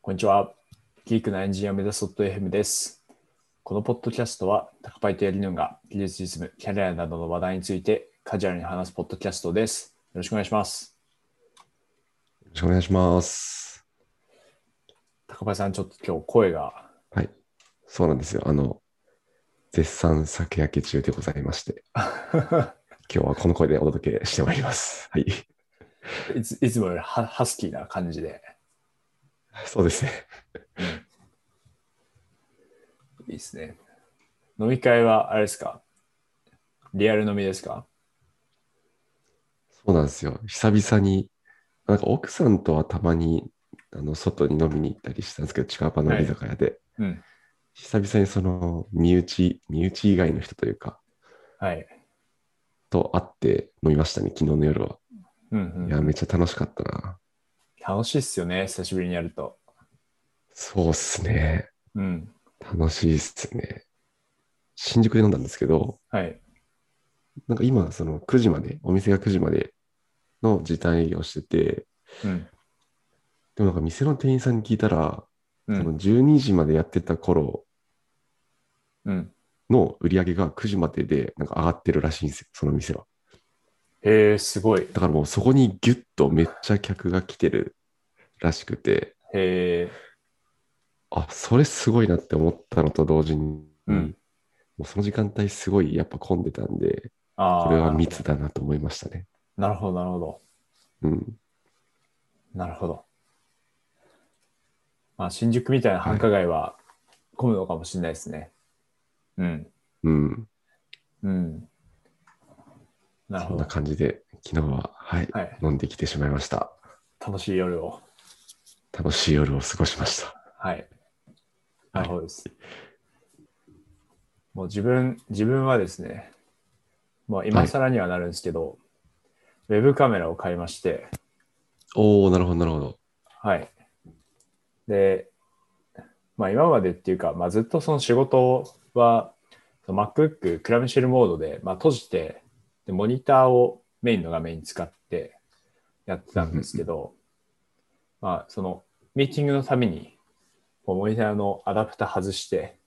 こんにちは。ギークなエンジニアを目指す .fm です。このポッドキャストは、高パイとやりぬんが技術実務、キャリアなどの話題についてカジュアルに話すポッドキャストです。よろしくお願いします。よろしくお願いします。高パイさん、ちょっと今日声が、はい。そうなんですよ。あの、絶賛酒焼け中でござい まして、今日はこの声でお届けしてまいります。はい。いついつもよりハハスキーな感じで、そうですね。いいですね。飲み会は、あれですかリアル飲みですかそうなんですよ。久々に、なんか奥さんとはたまに、あの、外に飲みに行ったりしたんですけど、近場の居酒屋で、うん。久々にその、身内、身内以外の人というか、はい。と会って飲みましたね、昨日の夜は。うんいうん、や、めっちゃ楽しかったな。楽しいっすよね、久しぶりにやると。そうっすね。うん。楽しいっすね。新宿で飲んだんですけど、はい。なんか今、その9時まで、お店が9時までの時短営業してて、うん。でもなんか店の店員さんに聞いたら、うそん。の12時までやってた頃うん、の売り上げが9時まででなんか上がってるらしいんですよ、その店は。へえ、すごい。だからもうそこにギュッとめっちゃ客が来てるらしくて、へえ。あ、それすごいなって思ったのと同時に、うんもうその時間帯すごいやっぱ混んでたんで、ああ。これは密だなと思いましたね。なるほど、なるほど。うん。なるほど。まあ、新宿みたいな繁華街は混むのかもしれないですね。うん。うん。うん。なるそほんどな。感じで、昨日は、はい、はい。飲んできてしまいました。楽しい夜を。楽しい夜を過ごしました。はい。なるほどです。もう自分、自分はですね、まあ今更にはなるんですけど、ウェブカメラを買いまして、おおなるほど、なるほど。はい。で、まあ今までっていうか、まあずっとその仕事は、その MacBook クラムシェルモードで、まあ閉じて、で、モニターをメインの画面に使ってやってたんですけど、まあそのミーティングのために、こうモニターのアダプター外して、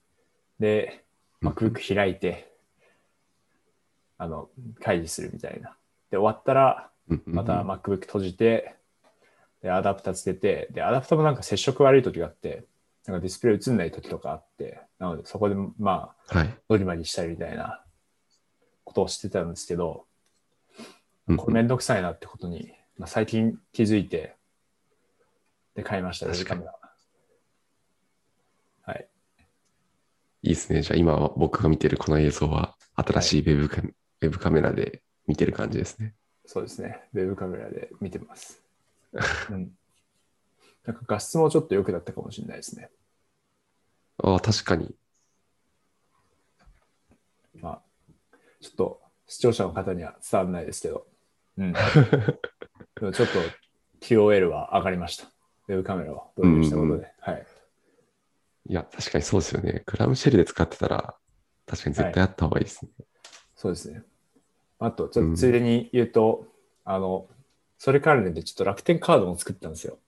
で、MacBook 開いて、あの、会議するみたいな。で、終わったら、うんうんまた MacBook 閉じて、で、アダプターつけて、で、アダプターもなんか接触悪い時があって、なんかディスプレイ映んない時とかあって、なのでそこでまあ、はい。ドリマにしたりみたいなことをしてたんですけど、うんこれめんどくさいなってことに、まあ、最近気づいて、で、買いました、確かにウェブカメラはい。いいですね。じゃあ今僕が見てるこの映像は新しいウェブカ,、ウェブカメラで見てる感じですね。そうですね。ウェブカメラで見て ます。うん。なんか画質もちょっと良くなったかもしれないですね。ああ、確かに。まあ、ちょっと視聴者の方には伝わらないですけど、 うん。でもちょっと QOL は上がりました。ウェブカメラを導入したことで。うんうんはい。いや、確かにそうですよね。クラムシェルで使ってたら、確かに絶対あった方がいいですね。そうですね。あと、ちょっとついでに言うと、あの、それ関連でちょっと楽天カードも作ったんですよ。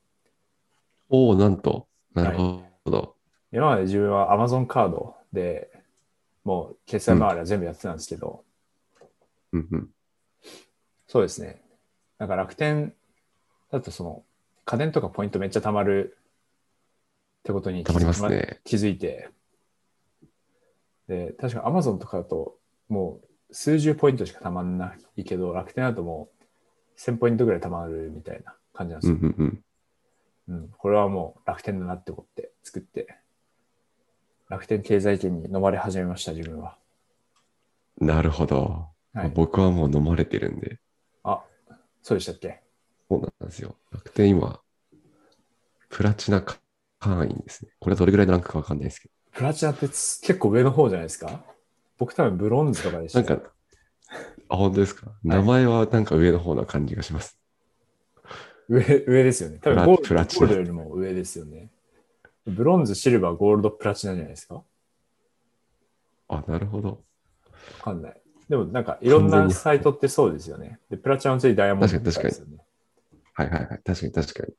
おおなんと。なるほど。今まで自分は Amazon カードでもう決済周りは全部やってたんですけど、うんうん。そうですね。なんか楽天だとその家電とかポイントめっちゃ貯まるってことに気づたまりますね。気づいて。で、確か Amazon とかだともう数十ポイントしか貯まんないけど、楽天だともう1000ポイントぐらい貯まるみたいな感じなんでうすんよ。うんうん。うんこれはもう楽天だなって思って作って、楽天経済圏に飲まれ始めました、自分は。なるほど。はい。僕はもう飲まれてるんで。あ、そうでしたっけそうなんですよ。楽天今、プラチナ会員ですね。これはどれぐらいのランクかわかんないですけプラチナってつ結構上の方じゃないですか僕多分ブロンズとかでしど。た。なんか、あ、本当ですか。名前はなんか上の方な感じがします。上、上ですよね。多分プラゴールプドラチナゴールドよりも上ですよね。ブロンズ、シルバー、ゴールド、プラチナじゃないですかわあ、なるほど。かんない。でもなんかいろん完全なにサイトってそうですよね。で、プラチナの次ダイヤモンドと確かにですよね。はいはいはい。確かに確かに。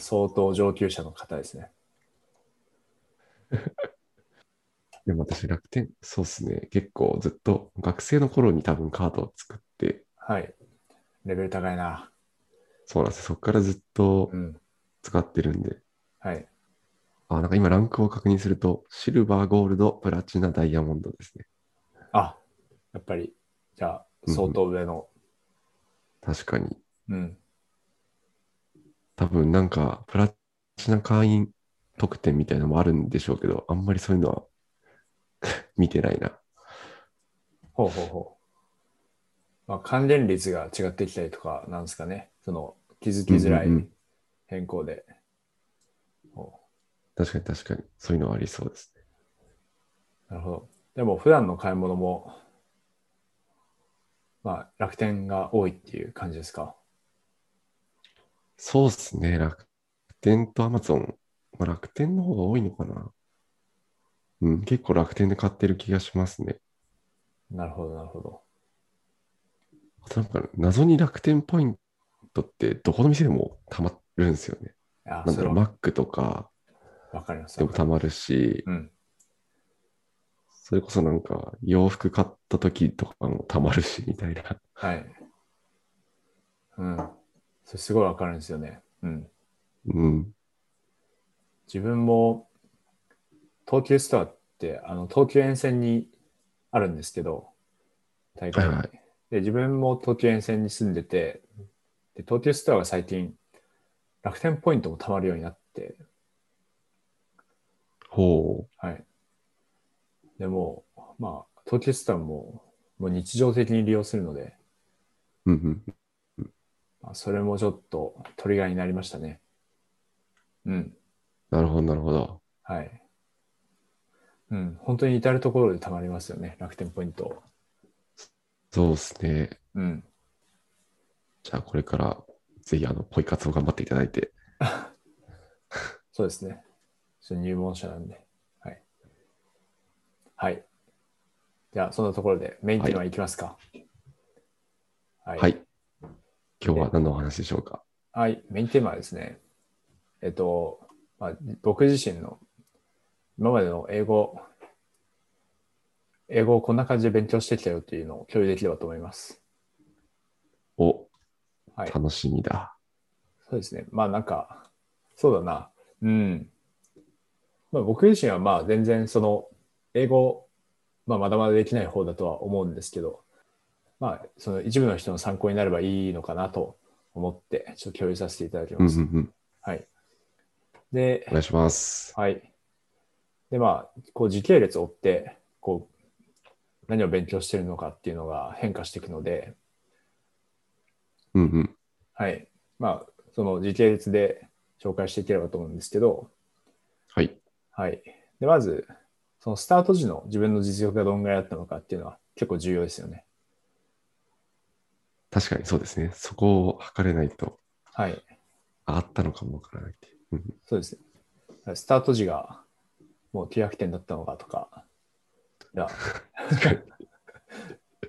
相当上級者の方ですね。でも私、楽天、そうですね。結構ずっと学生の頃に多分カードを作って、はい。レベル高いな。そうなんですよ。そこからずっとうん。使ってるんで。はい。あ、なんか今ランクを確認すると、シルバー、ゴールド、プラチナ、ダイヤモンドですね。あ、やっぱり、じゃあ、相当上の。確かに。うん。多分なんか、プラチナ会員特典みたいなのもあるんでしょうけど、あんまりそういうのは 見てないな。ほうほうほう。まあ、関連率が違ってきたりとか、なんですかね。その、気づきづらいうんうんうん変更で。お確かに確かに。そういうのはありそうですね。なるほど。でも普段の買い物も、まあ楽天が多いっていう感じですか。そうですね。楽天とアマゾン。まあ、楽天の方が多いのかな。うん、結構楽天で買ってる気がしますね。なるほど、なるほど。あとなんか、謎に楽天ポイントってどこの店でも溜まるんですよね。あなんだろう、それマックとかはわかります。でも溜まるし、うん。それこそなんか洋服買った時とかも溜まるし、みたいな。はい。うん。それすごいわかるんですよね。うん。うん。自分も東急ストアって、あの東急沿線にあるんですけど、大会、はいはいで、自分も東急沿線に住んでて、で東急ストアが最近楽天ポイントも貯まるようになって、ほう。はい。でも、まあ、東京スタンも、もう日常的に利用するので、うんうん。まあ、それもちょっとトリガーになりましたね。うん。なるほど、なるほど。はい。うん。本当に至るところでたまりますよね。楽天ポイント。そうですね。うん。じゃあこれからぜひあの、ポイ活を頑張っていただいて。そうですね。ちょっと入門者なんで。はい。はい。じゃあ、そんなところでメインテーマいきますか。はいはい。今日は何のお話でしょうか。はい、メインテーマはですね、えっと、まあ、僕自身の今までの英語、英語をこんな感じで勉強してきたよっていうのを共有できればと思います。お、はい、楽しみだ。そうですね。まあなんか、そうだな。うん。まあ僕自身はまあ全然その英語、まあまだまだできない方だとは思うんですけど、まあその一部の人の参考になればいいのかなと思って、ちょっと共有させていただきうんまうんす。うん。はい。でお、願いします。はい。で、まあ、こう時系列を追って、こう、何を勉強してるのかっていうのが変化していくので、うんうん。はい。まあ、その時系列で紹介していければと思うんですけど、はい。はい。で、まず、そのスタート時の自分の実力がどんぐらいだったのかっていうのは結構重要ですよね。確かにそうですね。そこを測れないと、はい。ああったのかもわからないっていう。うんうんそうですね。スタート時がもう900点だったのかとか、いや、確かに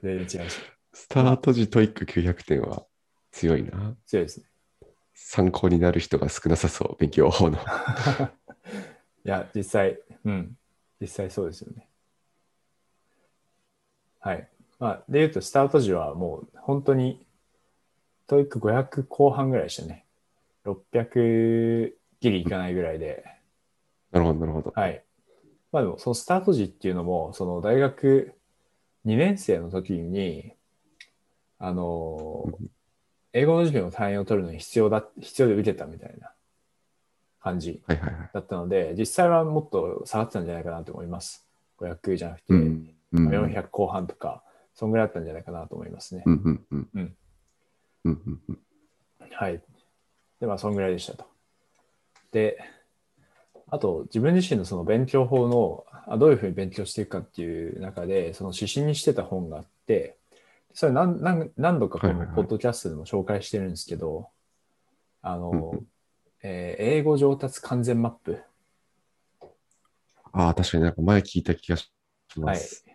全然違うし、スタート時トイック900点は強いな。強いですね。参考になる人が少なさそう、勉 強法の。いや、実際、うん、実際そうですよね。はい。まあ、で言うと、スタート時はもう本当に、トイック500後半ぐらいでしたね。600ギリいかないぐらいで。なるほど、なるほど。はい。まあでも、そのスタート時っていうのも、その大学2年生の時に、あのう、英語の授業の単位を取るのに必要だ、必要で受けたみたいな感じ。はいはいはい。だったので、実際はもっと下がってたんじゃないかなと思います。500じゃなくて、うん。うんうん400後半とか、そんぐらいだったんじゃないかなと思いますね。うんうんうん。うんうんうんうん。はい。で、まあ、そんぐらいでしたと。で、あと、自分自身のその勉強法の、あどういうふうに勉強していくかっていう中で、その指針にしてた本があって、それ何何何度かこはいのはいはいポッドキャストでも紹介してるんですけど、あうんうの、えー英語上達完全マップ。ああ、確かになんか前聞いた気がしまはいす。。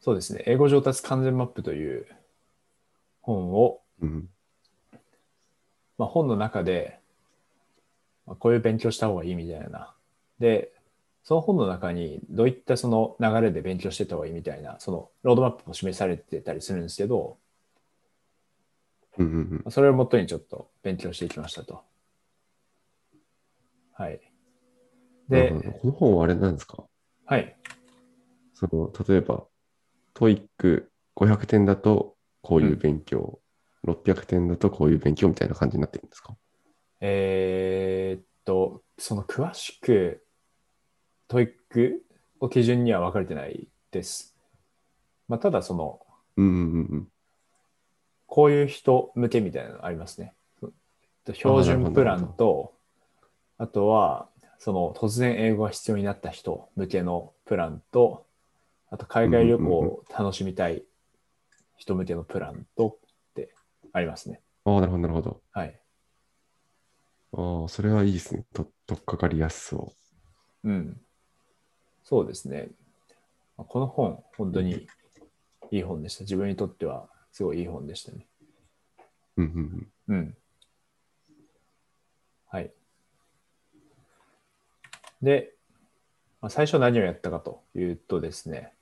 そうですね。英語上達完全マップという本を、うん。まあ、本の中で、まあ、こういう勉強した方がいいみたいな。で、その本の中にどういったその流れで勉強してった方がいいみたいな、そのロードマップも示されてたりするんですけど、うんうんうん。それをもとにちょっと勉強していきましたと。はい。なでるほ、どこの本はあれなんですかはい。その、例えば、トイック500点だとこういう勉強、600点だとこういう勉強みたいな感じになってるんですかえーっと、その詳しくトイックを基準には分かれてないです。まあ、ただ、その、うんうんうんうん。こういう人向けみたいなのありますね。と標準プランと、あとは、その突然英語が必要になった人向けのプランと、あと海外旅行を楽しみたい人向けのプランとってありますね。ああ、なるほど、なるほど。はい。ああ、それはいいですね。と、とっかかりやすそうん。そうですね。まあこの本、本当にいい本でした。自分にとってはすごいいい本でしたね。う。うんうんうん。うん。はい。で、まあ、最初何をやったかというとですね、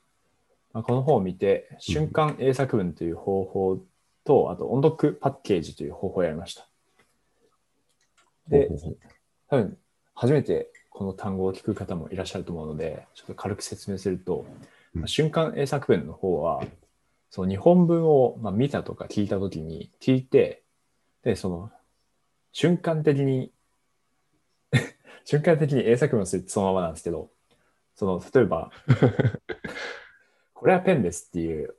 まあ、この本を見て、瞬間英作文という方法と、あと音読パッケージという方法をやりました。でほう、ほうほう多分初めてこの単語を聞く方もいらっしゃると思うので、ちょっと軽く説明すると、うん瞬間英作文の方は、その日本文をまあ見たとか聞いたときに聞いて、で、その瞬間的に、 瞬間的に英作文をするってそのままなんですけど、その例え ば、これはペンですっていう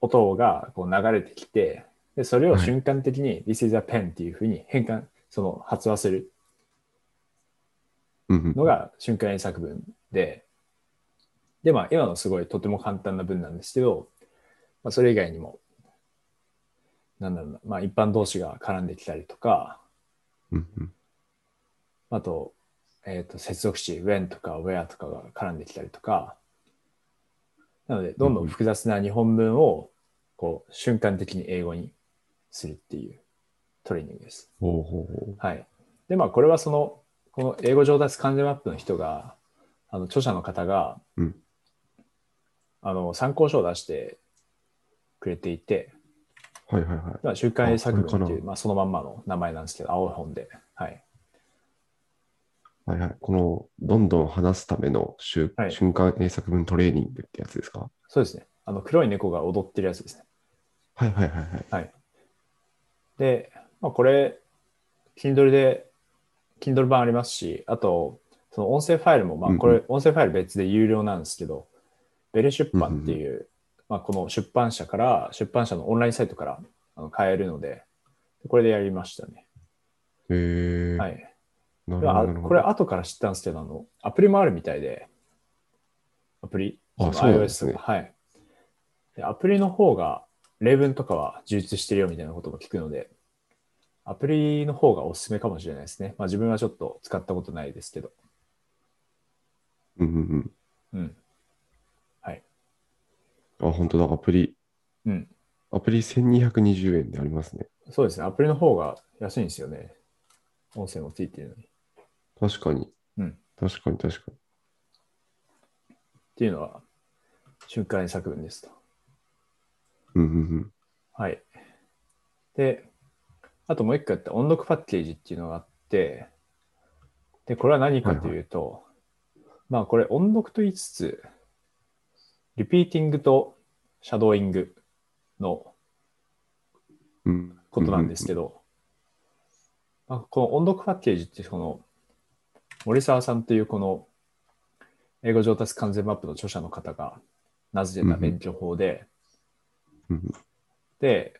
音がこう流れてきて、でそれを瞬間的に、This is a pen っていうふうに変換、その発話するうんうんのが瞬間英作文で、で、まあ、今のすごいとても簡単な文なんですけど、まあ、それ以外にも、なんだろうな、まあ、一般同士が絡んできたりとか、うんうんあと、えっ、と、接続詞、when とか where とかが絡んできたりとか、なので、どんどん複雑な日本文を、こう、瞬間的に英語にするっていうトレーニングです。ほうほうほうはい。で、まあ、これはその、この英語上達完全マップの人が、あの著者の方が、うんあの参考書を出してくれていて、はいはいはい。まあ、週刊英作あこ文れかっなていう、まあ、そのまんまの名前なんですけど、青い本で。はい。はいはい。この、どんどん話すための瞬,、はい瞬間英作文トレーニングってやつですかそうですね。あの黒い猫が踊ってるやつですね。はいはいはいはい。で、まあ、これ、Kindle で、Kindle 版ありますし、あと、その音声ファイルも、まあ、うんうんこれ、音声ファイル別で有料なんですけど、ベル出版っていう、まあ、この出版社から、出版社のオンラインサイトからあの買えるので、これでやりましたね。へえ、はい。でなるほどあなるほど。これ、後から知ったんですけど、あの、アプリもあるみたいで、アプリ、あそそうのな iOS んですねがはい。で、アプリの方が、例文とかは充実してるよみたいなことも聞くので、アプリの方がおすすめかもしれないですね。まあ自分はちょっと使ったことないですけど。うんうんうん。うん。あ、本当だ。アプリ、うん。アプリ1220円でありますね。そうですね。アプリの方が安いんですよね。音声もついてるのに。っ確かに。うん確かに確かに。ていうのは、瞬間作文ですと。うんうんうん。はい。で、あともう一個やった音読パッケージっていうのがあって、で、これは何かというと、まあこれ音読と言いつつ、リピーティングとシャドーイングのうん、ことなんですけど、まあ、この音読パッケージってその森澤さんというこの英語上達完全マップの著者の方が名付けた勉強法で、うんうんで、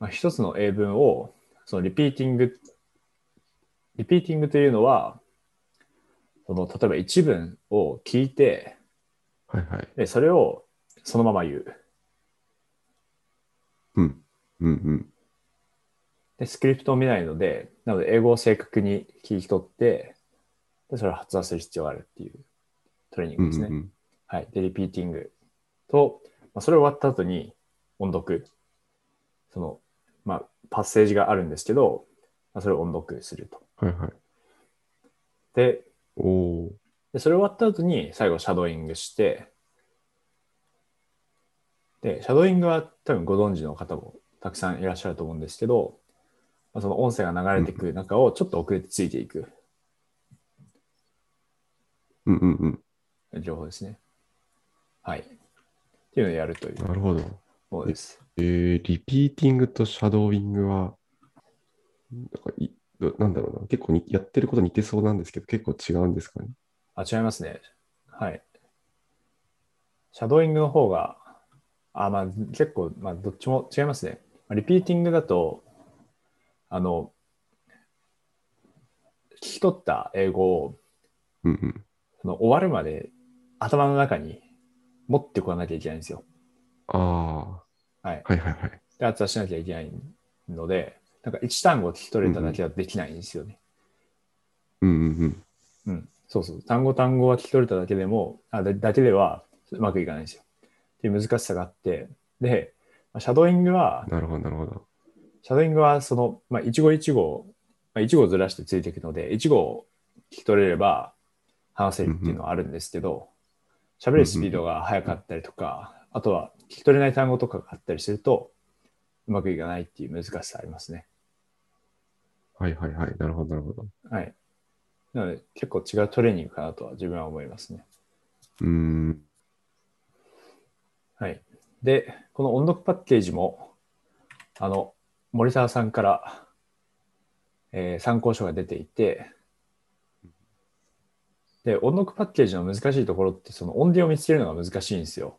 まあ、一つの英文をそのリピーティングリピーティングというのはその例えば一文を聞いてうんうん。はいはい。でそれをそのまま言ううん。うんうん。で、スクリプトを見ないので、なので、英語を正確に聞き取って、で、それを発話する必要があるっていうトレーニンうグんですね。うんうん。はい。で、リピーティングと、まあ、それ終わった後に音読。その、まあ、パッセージがあるんですけど、まあ、それを音読すると。はいはい。で、おお。で、それ終わった後に最後シャドーイングして、で、シャドーイングは多分ご存知の方もたくさんいらっしゃると思うんですけど、まあ、その音声が流れてく中をちょっと遅れてついていくうんうん情報ですね。はい。っていうのをやるというん。うなるほど。ものです。えー、リピーティングとシャドーイングは、なんかいどなんだろうな、結構にやってること似てそうなんですけど、結構違うんですかね。あ、違いますね。はい。シャドーイングの方が、あ、まあ結構、まあどっちも違いますね。まあリピーティングだと、あの、聞き取った英語をうんうん。その終わるまで頭の中に持ってこなきゃいけないんですよ。ああ、はいはいはいはい。で、圧はしなきゃいけないので、なんか1単語聞き取れただけはできないんですよね。うんうんうん。うん、そうそう。単語単語は聞き取れただけでも、あだだけではうまくいかないんですよ。っていう難しさがあって、で、まあシャドーイングは、なるほどなるほど。シャドーイングはその、まあ、一語一語、まあ、一語をずらしてついていくので、一語を聞き取れれば話せるっていうのはあるんですけど、喋るスピードが速かったりとか、あとは聞き取れない単語とかがあったりすると、うまくいかないっていう難しさありますね。はいはいはい。なるほどなるほど。はい。なので、結構違うトレーニングかなとは自分は思いますね。うーん。はい。で、この音読パッケージも、あの、森沢さんから、えー参考書が出ていて、で、音読パッケージの難しいところって、その音源を見つけるのが難しいんですよ。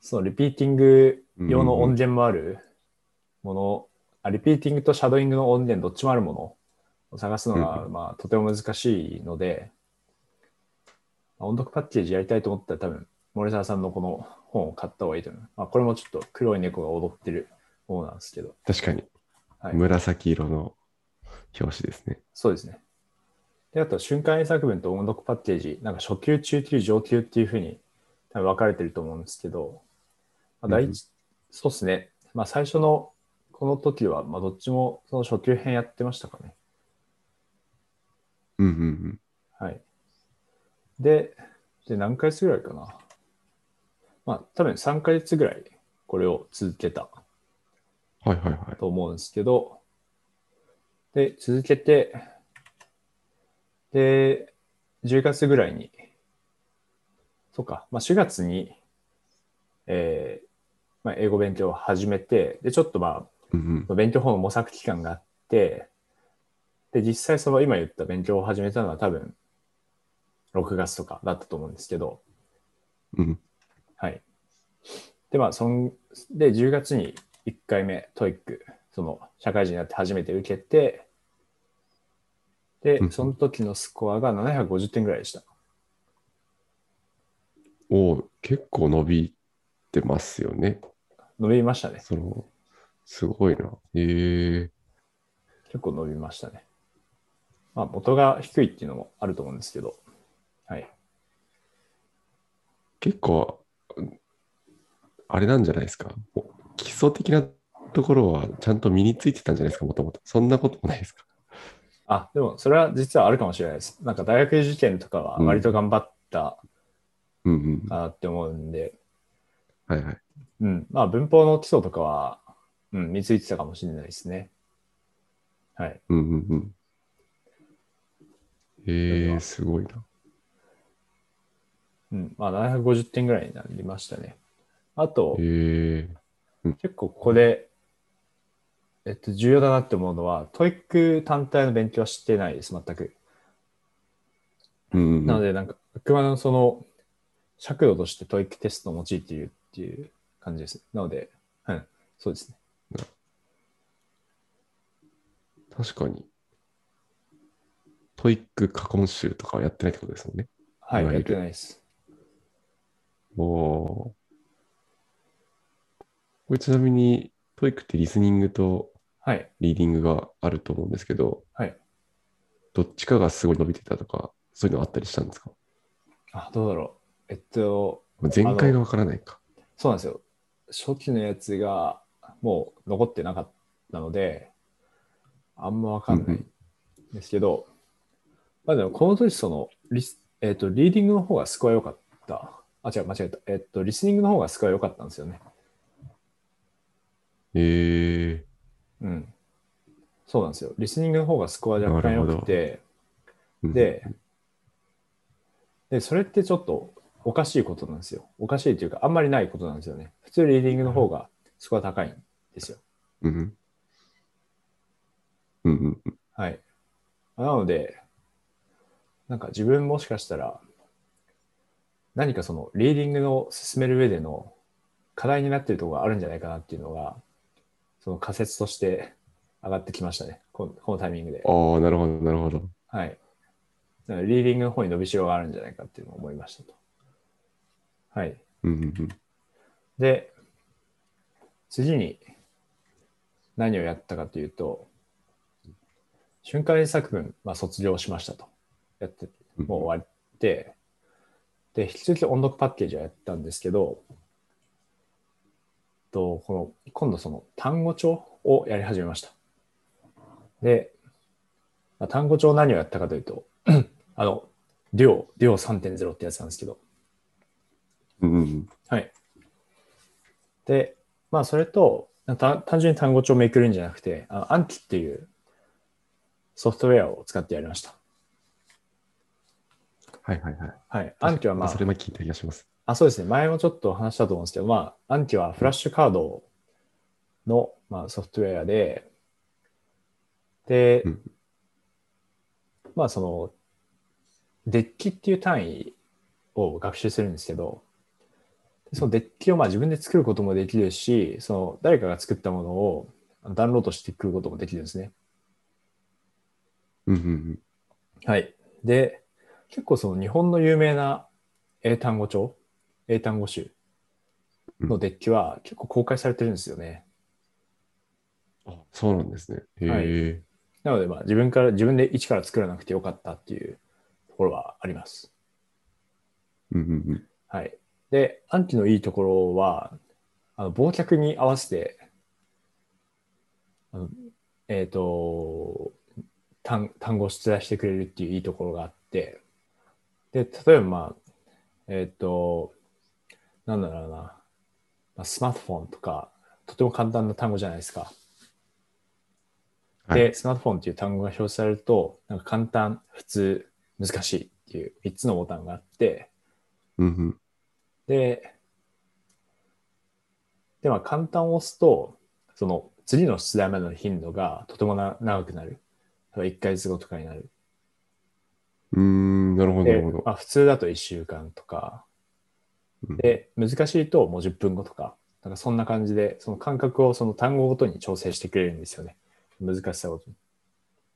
そのリピーティング用の音源もあるもの、あリピーティングとシャドーイングの音源どっちもあるものを探すのが、まあ、とても難しいので、まあ音読パッケージやりたいと思ったら多分、森沢さんのこの本を買った方がいいと思います。まあ、これもちょっと黒い猫が踊ってる方なんですけど、確かに、はい紫色の表紙ですね。そうですね。で、あと、瞬間英作文と音読パッケージ、なんか初級、中級、上級っていうふうに多分分かれてると思うんですけど、まあ、第一、うんそうですね。まあ、最初のこの時は、まあ、どっちもその初級編やってましたかね。うんうんうん。はい。で、で何ヶ月ぐらいかな。まあ、多分3ヶ月ぐらい、これを続けたはいはいはい。と思うんですけど、で、続けて、で、10月ぐらいに、そうか、まあ、4月に、えーまあ、英語勉強を始めて、で、ちょっとまあ、うんうん。勉強法の模索期間があって、で、実際その今言った勉強を始めたのは多分、6月とかだったと思うんですけど、うん。はい。で、まあ、そんで、10月に1回目、トイック、その、社会人になって初めて受けて、でう、んその時のスコアが750点ぐらいでした。おー結構伸びてますよね。伸びましたね。その、すごいな。ええ結構伸びましたね。まあ、元が低いっていうのもあると思うんですけど、はい。結構、あれなんじゃないですか。もう基礎的なところはちゃんと身についてたんじゃないですか、もともと。そんなこともないですか。あ、でもそれは実はあるかもしれないです。なんか大学受験とかは割と頑張ったうんうん。かなって思うんで、はいはい。うん、まあ文法の基礎とかは、うん、見ついてたかもしれないですね。はい。うんうんうん。えれえはすごいな。うん、まあ750点ぐらいになりましたね。あと、ええ結構ここで、えっと、重要だなって思うのは、トイック単体の勉強はしてないです、全く。うんうんうん。なので、なんか、あくまでもその、尺度としてトイックテストを用いているっていう感じです。なので、うん、そうですね。確かに。トイック過去問集とかはやってないってことですもんね。はいい、わゆやるってないです。おお。これちなみに、トイックってリスニングとはい。リーディングがあると思うんですけど、はい。どっちかがすごい伸びてたとか、そういうのあったりしたんですかあ、どうだろう。えっと、まあ前回がわからないか。そうなんですよ。初期のやつがもう残ってなかったので、あんまわかんないんですけど、まあでもこの時そのリス、えっ、と、リーディングの方がスコア良かった。あ、違う、間違えた。えっ、と、リスニングの方がスコア良かったんですよね。えうん。そうなんですよ。リスニングの方がスコア若干良くて、えー。で、で、それってちょっとおかしいことなんですよ。おかしいというか、あんまりないことなんですよね。普通リーディングの方がスコア高いんですよ。うん、うん。うんうんうん。はい。なので、なんか自分もしかしたら、何かそのリーディングの進める上での課題になっているところがあるんじゃないかなっていうのが、その仮説として上がってきましたね。このこのタイミングで。ああ、なるほど、なるほど。はい。だからリーディングの方に伸びしろがあるんじゃないかっていうのを思いましたと。はい。うんうんうん。で、次に何をやったかというと、瞬間英作文、まあ、卒業しましたと。やって、うんもう終わって、で、引き続き音読パッケージをやったんですけど、とこの今度その単語帳をやり始めました。で、まあ、単語帳何をやったかというと、 あの、デュオ、デュオ3.0ってやつなんですけど、うんうんはい。で、まあ、それと、た単純に単語帳をめくるんじゃなくて、あのアンキっていうソフトウェアを使ってやりました。はいはいはい。はい。アンキはまあそ、れも聞いた気がします。あ、そうですね。前もちょっと話したと思うんですけど、まあ、アンキはフラッシュカードの、まあ、ソフトウェアで、で、うんまあ、その、デッキっていう単位を学習するんですけど、でそのデッキをまあ自分で作ることもできるし、その誰かが作ったものをダウンロードしてくることもできるんですね。うんうんはい。で、結構その日本の有名な英単語帳、英単語集のデッキは結構公開されてるんですよね。うん。あそうなんですね。へえ、はいなので、まあ自分から、自分で一から作らなくてよかったっていうところはあります。うんうんうん。はい。で、アンチのいいところは、あの、忘却に合わせて、あのえっ、と単、単語を出題してくれるっていういいところがあって、で、例えば、まあ、えっ、と、なんだろうな、まあ、スマートフォンとか、とても簡単な単語じゃないですか。はいで、スマートフォンっていう単語が表示されると、なんか簡単、普通、難しいっていう3つのボタンがあって、うんうん。で、では簡単を押すと、その次の出題までの頻度がとてもな長くなる。1ヶ月後とかになる。うーん、なるほど、なでるほど。まあ、普通だと1週間とか、うんで、難しいともう10分後とか、なんかそんな感じで、その感覚をその単語ごとに調整してくれるんですよね。難しさごとに。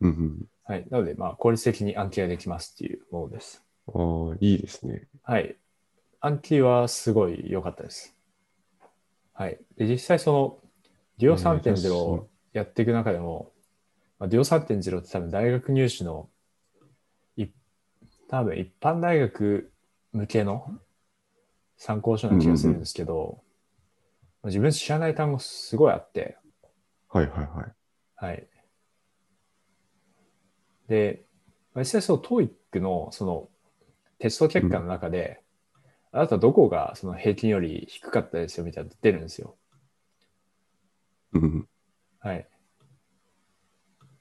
うんはい。なので、まあ、効率的に暗記ができますっていうものです。うん。ああ、いいですね。はい。暗記はすごい良かったです。はい。で、実際その、デュオ3.0をやっていく中でも、まあ、デュオ3.0って多分大学入試の、い多分一般大学向けの参考書な気がするんですけど、まあ自分知らない単語すごいあって、はいはいはい。はい。で、まあ実際その TOEIC のそのテスト結果の中で、あなたどこがその平均より低かったですよみたいなの出るんですよ。うんうん。はい。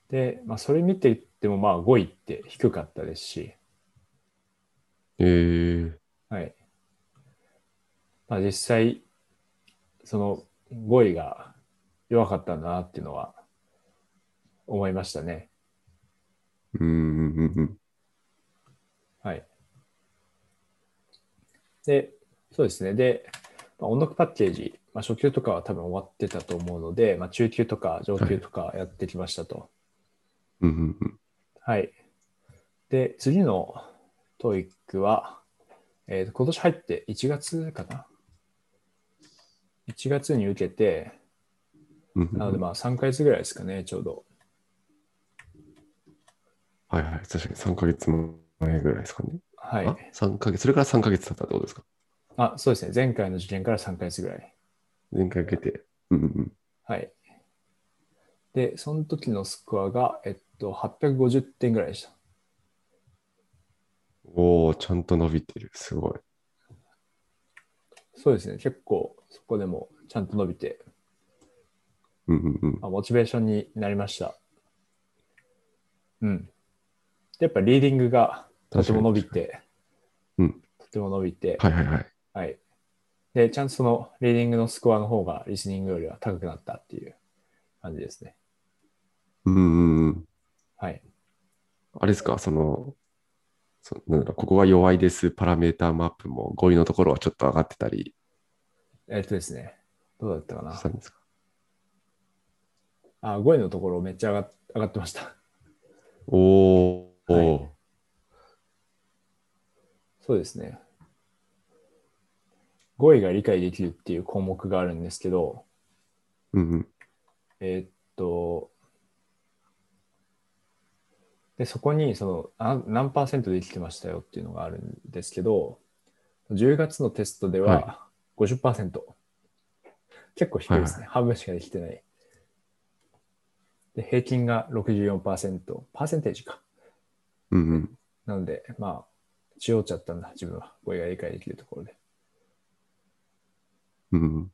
で、まあ、それ見ていっても、まあ、5位って低かったですし、えー、はい。まあ、実際、その5位が弱かったんだなっていうのは思いましたね。うんうんうんうん。はい。で、そうですね。で、まあ、音読パッケージ、まあ、初級とかは多分終わってたと思うので、まあ、中級とか上級とかやってきましたと。うんうんうん。はい。で、次の TOEIC は、えーと今年入って1月かな。1月に受けて、うんうんなのでまあ3ヶ月ぐらいですかね、ちょうど。はいはい。確かに3ヶ月前ぐらいですかね。はあい。三ヶ月。それから3ヶ月経ったってことですかあ、そうですね。前回の受験から3ヶ月ぐらい。前回受けて。うんうんはい。で、その時のスコアが、えっと、850点ぐらいでした。うん。おおお、ちゃんと伸びてる。すごい。そうですね、結構そこでもちゃんと伸びて、うんうんうん。あモチベーションになりました。うん。でやっぱリーディングがとても伸びて、確かにとても伸びて、はいはいはい。はい。で、ちゃんとそのリーディングのスコアの方がリスニングよりは高くなったっていう感じですね。うんうんうん。はい。あれですか、その、そなんだろう、ここが弱いです、パラメーターマップも5位のところはちょっと上がってたりえっとですね、どうだったかなし。たんですか。あ、5位のところめっちゃ上がっ上がってました。おお、はいそうですね。5位が理解できるっていう項目があるんですけど、うんうん。えーっと、で、そこにそのあ何パーセントできてましたよっていうのがあるんですけど、10月のテストでは50%。結構低いですね。半分しかできてない。で、平均が64%。パーセンテージか。うんうん。なので、まあ、中央ちゃったんだ、自分は。これが理解できるところで。うんうん。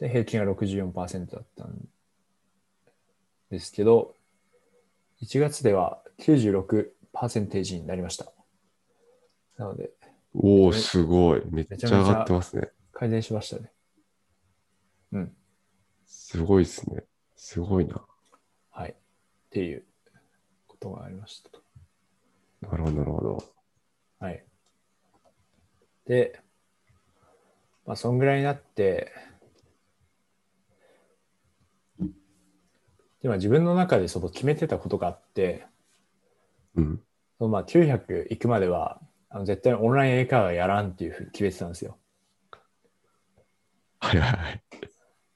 で、平均が64%だったんですけど、1月では96%になりました。なので、おお、すごい。めっちゃ上がってますね。改善しましたね。うん。すごいですね。すごいな。はい。っていうことがありましたと。なるほど、なるほど。はい。で、まあ、そんぐらいになって、今自分の中でその決めてたことがあって、うん。そのまあ900行くまでは、あの絶対オンライン英会話やらんっていうふうに決めてたんですよ。はいはいはい。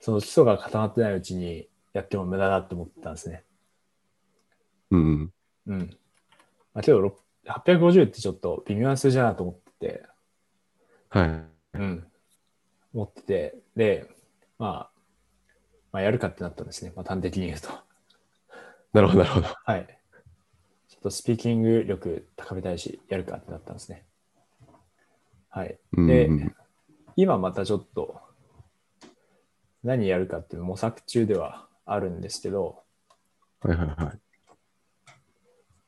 その基礎が固まってないうちにやっても無駄だって思ってたんですね。うんうん。うん。まあ、けどろ850ってちょっと微妙な数字だなと思ってて、はい。うん。思ってて、で、まあ、まあ、やるかってなったんですね。まあ、端的に言うと。なるほど、なるほど。はい。ちょっとスピーキング力高めたいし、やるかってなったんですね。はい。うんでうん、今またちょっと、何やるかっていう模索中ではあるんですけど、はいはいはい。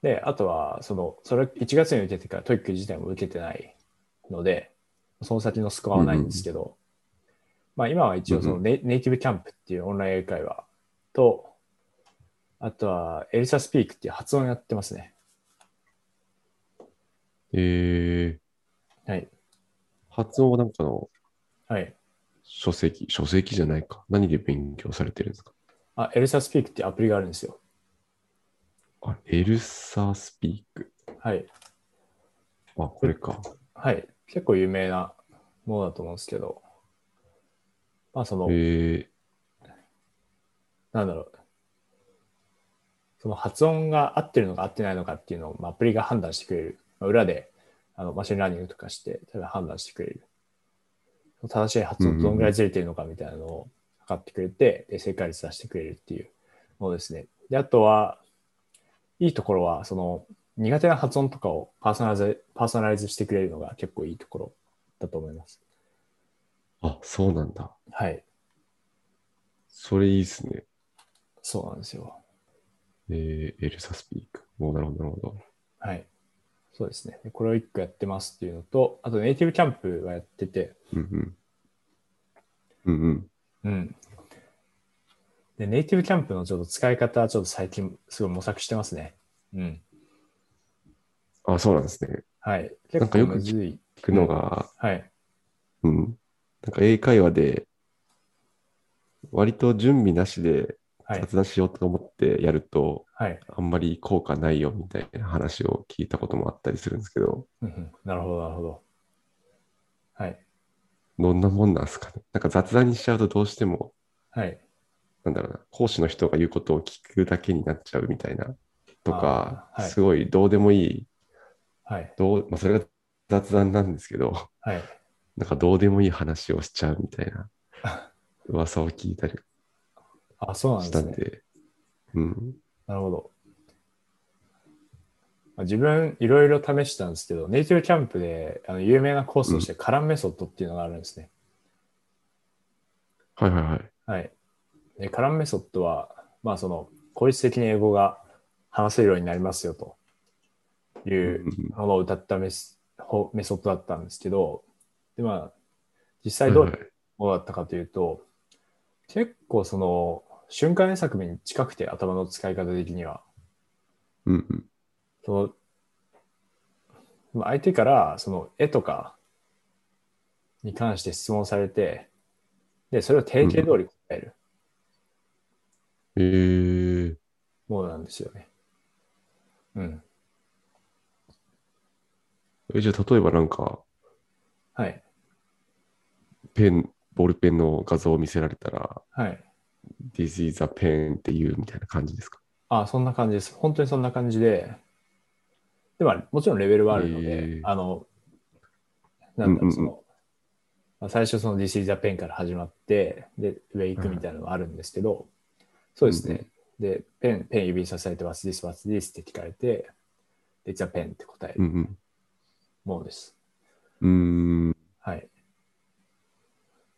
で、あとは、その、それ1月に受けてからトイック自体も受けてないので、その先のスコアはないんですけど、まあ今は一応そのネ,、ネイティブキャンプっていうオンライン英会話と、あとはエリサスピークっていう発音やってますね。えー、はい。発音はなんかのはい。書籍、書籍じゃないか。何で勉強されてるんですかあ、エルサスピークっていうアプリがあるんですよ。あ、エルサースピーク。はい。あ、これか。はい。結構有名なものだと思うんですけど、まあその、えなんだろう。その発音が合ってるのか合ってないのかっていうのを、まあ、アプリが判断してくれる。まあ、裏であのマシンラーニングとかして、例えば判断してくれる。正しい発音とどんぐらいずれてるのかみたいなのを測ってくれて、で正解率出してくれるっていうものですね。で、あとは、いいところは、その苦手な発音とかをパーソナライズパーソナライズしてくれるのが結構いいところだと思います。ー、あ、そうなんだ。はい。それいいっすね。そうなんですよ。えー、エルサスピーク。もうなるほど、なるほど。はい。そうですね。でこれを1個やってますっていうのと、あとネイティブキャンプはやってて、うんうん。うんうん。うん。で、ネイティブキャンプのちょっと使い方、ちょっと最近すごい模索してますね。うん。あ、そうなんですね。はい。な結ん構かよくむずい。聞くのが、はい。うん。なんか英会話で、割と準備なしではい。雑談しようと思ってやると、はい。あんまり効果ないよみたいな話を聞いたこともあったりするんですけど、うんうんなるほど、なるほど。はい。どんなもんなんですかね。なんか雑談にしちゃうとどうしても、はい。なんだろうな、講師の人が言うことを聞くだけになっちゃうみたいな、とか、あーはいすごいどうでもいい、はい。どう、まあ、それが雑談なんですけど、 はい。 なんかどうでもいい話をしちゃうみたいな噂を聞いたりあ、そうなんしでたすんね。で、うん。なるほど。まあ自分いろいろ試したんですけど、ネイティブキャンプであの有名なコースとしてカランメソッドっていうのがあるんですね。はいはいはい。はい。で、カランメソッドは、まあその、効率的に英語が話せるようになりますよといううんうんものを歌ったメスほメソッドだったんですけど、で、まあ、実際はいどはういいうものだったかというと、結構その、瞬間英作文に近くて頭の使い方的には、うんうん。その、まあ相手からその絵とかに関して質問されて、で、それを定型通り答えるえー、ものなんですよね。うん。えじゃあ例えばなんか、はい。ペン、ボールペンの画像を見せられたら、はい。 This is a pen っていうみたいな感じですかあ、そんな感じです。本当にそんな感じで。でも、もちろんレベルはあるのでへー、あの、なんだうろんうんうんう、その、まあ最初その This is a pen から始まって、で、上行くみたいなのがあるんですけど、そうですね。で、ペン、ペン指さされて、What's this, what's this って聞かれて、で、It's a pen って答えうるんものです。うん。うーん。はい。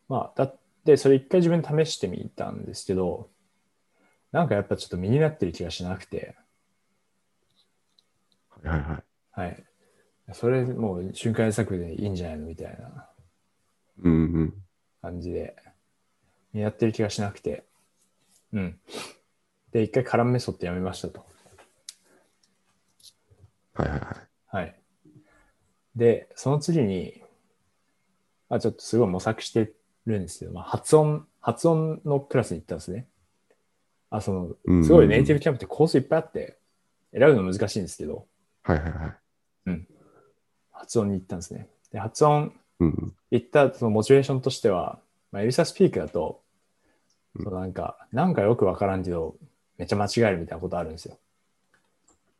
まあ、だって、それ一回自分で試してみたんですけど、なんかやっぱちょっと身になってる気がしなくて、はいはいはい。はい。それもう瞬間作でいいんじゃないのみたいなうんうん。感じで、やってる気がしなくて。うん。で、一回カランメソッドやめましたと。はいはいはい。はい。で、その次に、まあ、ちょっとすごい模索してるんですけど、まあ、発音、発音のクラスに行ったんですね。あ、そうんうんうの、んすごいネイティブキャンプってコースいっぱいあって、選ぶの難しいんですけど、はいはいはい。発音に行ったんですね。で、発音、うんうん。言ったそのモチベーションとしては、まあ、エリサスピークだと、うんそうなんか、なんかよくわからんけど、めっちゃ間違えるみたいなことあるんですよ。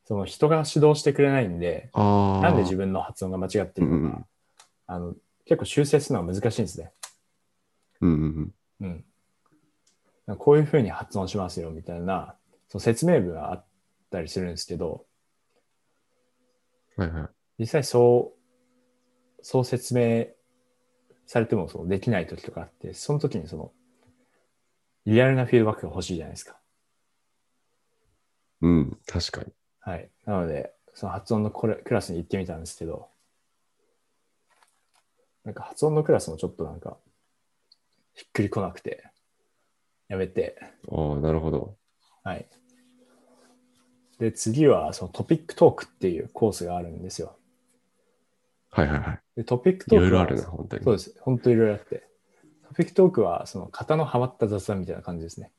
その人が指導してくれないんで、ああ。なんで自分の発音が間違ってるうんうのんか、あの結構修正するのが難しいんですね。うんうんうん。なんかこういうふうに発音しますよみたいな、その説明文があったりするんですけど、うん。はいはい。実際そう、そう説明されてもそのできない時とかあって、その時にその、リアルなフィードバックが欲しいじゃないですか。うん、確かに。はい。なので、その発音のこれクラスに行ってみたんですけど、なんか発音のクラスもちょっとなんか、ひっくりこなくて、やめて、ああ、なるほど。はい。で、次はそのトピックトークっていうコースがあるんですよ。はいはいはい。で、トピックいトークろはいろあるな、本当に。そうです。本当いろいろあって。トピックトークは、その型のはまった雑談みたいな感じですね。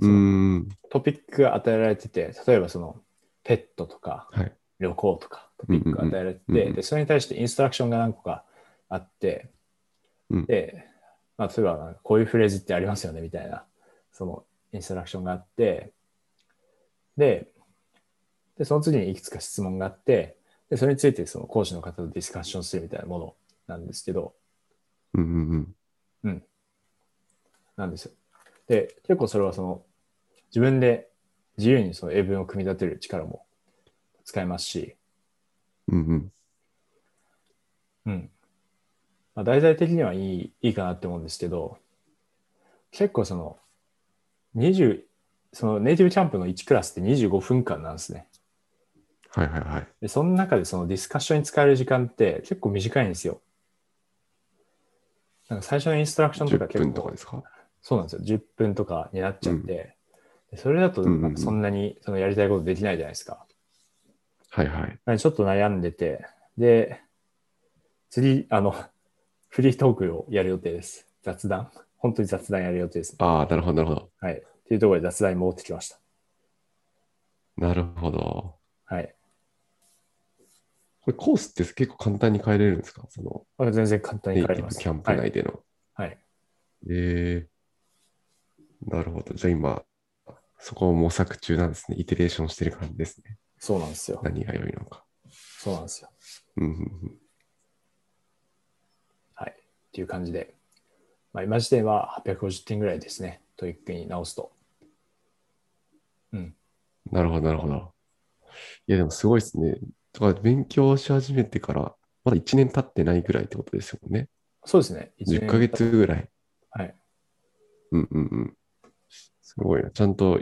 うーん。トピックが与えられてて、例えばその、ペットとか、はい。旅行とか、トピックが与えられてうんうんうんて、うんうんで、それに対してインストラクションが何個かあって、うんで、まあ、例えばなんか、こういうフレーズってありますよね、みたいな、その、インストラクションがあって、で、で、その次にいくつか質問があって、で、それについてその講師の方とディスカッションするみたいなものなんですけど、うんうんうん。なんですよ。で、結構それはその、自分で自由にその英文を組み立てる力も使えますし、うんうん。うん。まあ、題材的にはいい、いいかなって思うんですけど、結構その、20、そのネイティブキャンプの1クラスって25分間なんですね。はいはいはい。で、その中でそのディスカッションに使える時間って結構短いんですよ。なんか最初のインストラクションとか10結分構とかですかそうなんですよ。10分とかになっちゃって、でそれだとうんうんなんかそんなにそのやりたいことできないじゃないですか。はいはい。なんでちょっと悩んでて、で、次、あの、 フリートークをやる予定です。雑談。本当に雑談やる予定です。ああ、なるほど、なるほど。はい。っていうところで雑談に戻ってきました。なるほど。はい。これコースって結構簡単に変えれるんですかその、これ全然簡単ネにイテ変えれィまブす。キャンプはい。内での。はい。えー、なるほど。じゃあ今、そこを模索中なんですね。イテレーションしてる感じですね。そうなんですよ。何が良いのか。そうなんですよ。うんうんうん。はい。っていう感じで。まあ、今時点は850点ぐらいですね。トイックに直すと。なるほど、なるほど。いや、でもすごいですね。とから勉強し始めてから、まだ1年経ってないぐらいってことですよね。そうですね。一年10ヶ月ぐらい。はい。うんうんうん。すごいな。ちゃんと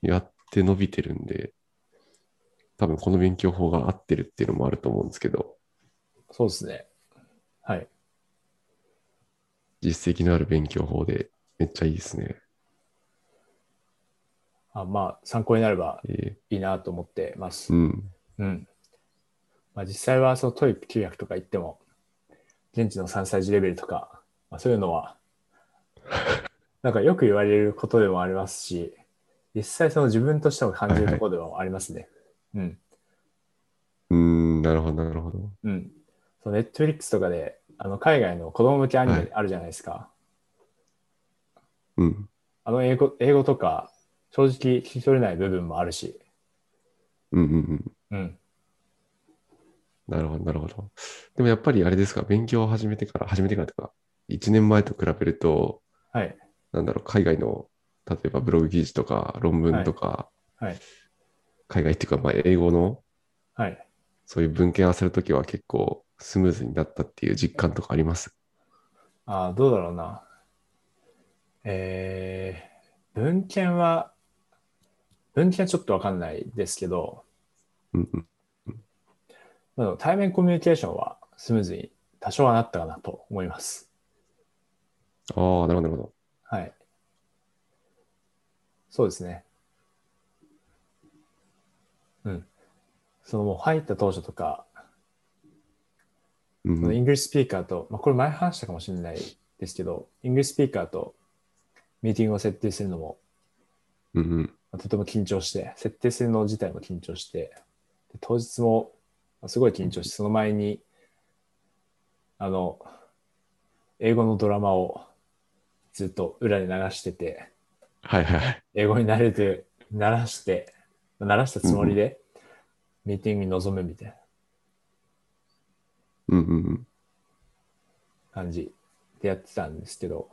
やって伸びてるんで、多分この勉強法が合ってるっていうのもあると思うんですけど、そうですね。はい。実績のある勉強法でめっちゃいいですね。あまあ、参考になればえいいなと思ってますー、う。ん。うん。まあ、実際はその TOEIC900 とか言っても、現地の3歳児レベルとか、まあ、そういうの は、なんかよく言われることでもありますし、実際その自分としても感じるところでもありますね。うん。うーん、なるほど、なるほど。うん。その Netflix とかで、あの海外の子供向けアニはメいあるじゃないですか。うん。あの英語英語とか、正直聞き取れない部分もあるし、うんうんうん。うん。なるほど、なるほど。でもやっぱりあれですか、勉強を始めてから、始めてからとか、1年前と比べると、はい。なんだろう、海外の、例えばブログ記事とか論文とか、はいはい海外っていうか、まあ、英語のはい。そういう文献を漁るときは結構スムーズになったっていう実感とかあります。ああ、どうだろうな。えー、文献は、文献はちょっとわかんないですけど、うんうん。まあでも対面コミュニケーションはスムーズに多少はなったかなと思います。ああ、なるほど、なるほど。はい。そうですね。うん。そのもう入った当初とか、うんそのうイん、ングリッシュスピーカーと、まあ、これ前話したかもしれないですけど、イングリッシュスピーカーとミーティングを設定するのも、うんうん。まあとても緊張して、設定するの自体も緊張して、で当日もまあすごい緊張して、その前に、あの、英語のドラマをずっと裏で流してて、はいはいはい。英語に慣れて、慣らして、慣らしたつもりで、ミーティングに臨むみたいなうんうんうん。感じでやってたんですけど、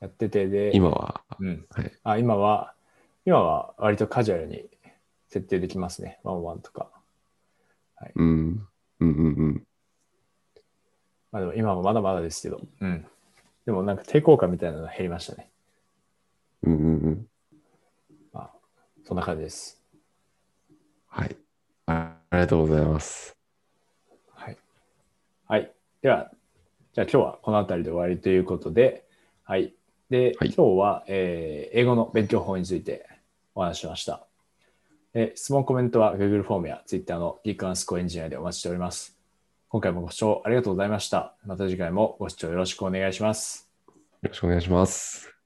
やってて、で、今は、うん。はいあ今は、今は割とカジュアルに設定できますね。ワンワンとか。うん。うんうんうん。まあでも今もまだまだですけど。うん。でもなんか抵抗感みたいなのが減りましたね。うんうんうん。まあ、そんな感じです。はい。あありがとうございます。はい。はい。では、じゃあ今日はこの辺りで終わりということで、はい。で、はい今日は、えー英語の勉強法についてお話ししました。えー質問、コメントは Google フォームや Twitter の Geek and School Engineer でお待ちしております。今回もご視聴ありがとうございました。また次回もご視聴よろしくお願いします。よろしくお願いします。